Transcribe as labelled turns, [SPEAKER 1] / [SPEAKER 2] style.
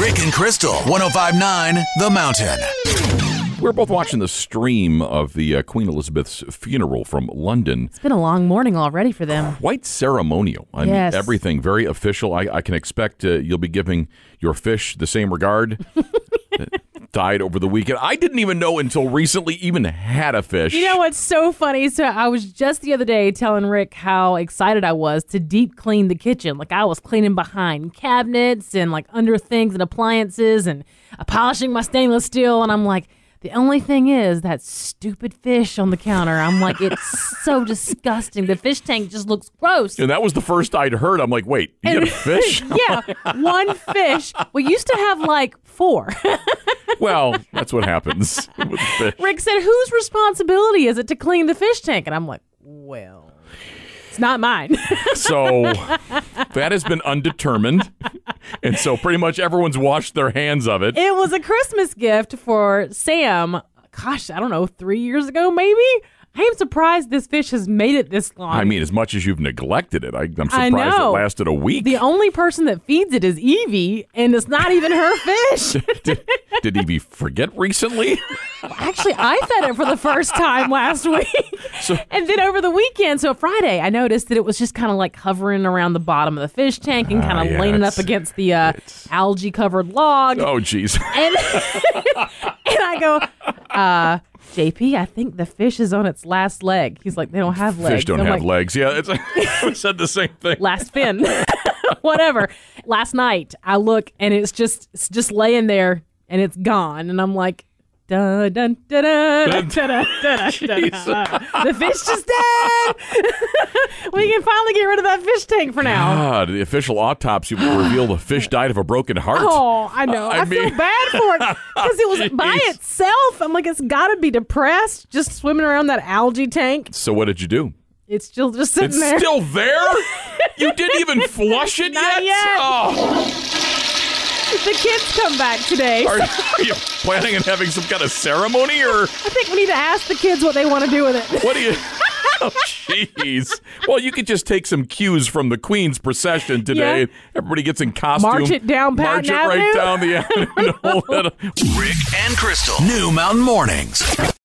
[SPEAKER 1] Rick and Crystal, 1059 The Mountain.
[SPEAKER 2] We were both watching the stream of the uh, Queen Elizabeth's funeral from London.
[SPEAKER 3] It's been a long morning already for them.
[SPEAKER 2] Quite ceremonial. I
[SPEAKER 3] Yes.
[SPEAKER 2] mean, everything very official. I, I can expect uh, you'll be giving your fish the same regard. that died over the weekend. I didn't even know until recently even had a fish.
[SPEAKER 3] You know what's so funny? So I was just the other day telling Rick how excited I was to deep clean the kitchen. Like I was cleaning behind cabinets and like under things and appliances and polishing my stainless steel. And I'm like, the only thing is that stupid fish on the counter. I'm like, it's so disgusting. The fish tank just looks gross.
[SPEAKER 2] And that was the first I'd heard. I'm like, wait, you got a fish?
[SPEAKER 3] yeah, one fish. We used to have like four.
[SPEAKER 2] well, that's what happens with fish.
[SPEAKER 3] Rick said, Whose responsibility is it to clean the fish tank? And I'm like, Well, it's not mine.
[SPEAKER 2] So that has been undetermined. And so pretty much everyone's washed their hands of it.
[SPEAKER 3] it was a Christmas gift for Sam, gosh, I don't know, three years ago maybe? I am surprised this fish has made it this long.
[SPEAKER 2] I mean, as much as you've neglected it, I, I'm surprised
[SPEAKER 3] I
[SPEAKER 2] it
[SPEAKER 3] know.
[SPEAKER 2] lasted a week.
[SPEAKER 3] the only person that feeds it is Evie, and it's not even her fish.
[SPEAKER 2] did, did Evie forget recently?
[SPEAKER 3] Actually, I fed it for the first time last week.
[SPEAKER 2] So-
[SPEAKER 3] and then over the weekend, so Friday, I noticed that it was just kind of like hovering around the bottom of the fish tank and kind
[SPEAKER 2] Ah,
[SPEAKER 3] of
[SPEAKER 2] yeah,
[SPEAKER 3] leaning up
[SPEAKER 2] it's-
[SPEAKER 3] against the uh, algae covered log.
[SPEAKER 2] Oh, jeez.
[SPEAKER 3] And, and I go, uh, JP, I think the fish is on its last leg. He's like, they don't have legs.
[SPEAKER 2] Fish don't
[SPEAKER 3] I'm
[SPEAKER 2] have
[SPEAKER 3] like,
[SPEAKER 2] legs. Yeah, it's, I said the same thing.
[SPEAKER 3] Last fin. Whatever. Last night, I look and it's just it's just laying there and it's gone. And I'm like, dun dun dun dun dun dun dun dun. dun. The fish is dead. we can finally get rid of that fish tank for now.
[SPEAKER 2] God, Ah, the official autopsy will reveal the fish died of a broken heart.
[SPEAKER 3] Oh, I know.
[SPEAKER 2] I
[SPEAKER 3] I,
[SPEAKER 2] mean-
[SPEAKER 3] feel bad for it because it was by
[SPEAKER 2] Jeez.
[SPEAKER 3] itself. I'm like, it's got to be depressed just swimming around that algae tank.
[SPEAKER 2] So what did you do?
[SPEAKER 3] It's still just sitting
[SPEAKER 2] It's
[SPEAKER 3] there.
[SPEAKER 2] still there? You didn't even flush it
[SPEAKER 3] Not yet.
[SPEAKER 2] Oh,
[SPEAKER 3] the kids come back today.
[SPEAKER 2] are, are you planning on having some kind of ceremony or
[SPEAKER 3] I think we need to ask the kids what they want to do with it.
[SPEAKER 2] what do you? Oh, jeez. Well, you could just take some cues from the Queen's procession today.
[SPEAKER 3] Yeah.
[SPEAKER 2] Everybody gets in costume.
[SPEAKER 3] March it down
[SPEAKER 2] March
[SPEAKER 3] Patton
[SPEAKER 2] it right
[SPEAKER 3] Avenue.
[SPEAKER 2] down the avenue. and all that.
[SPEAKER 1] Rick and Crystal, New Mountain Mornings.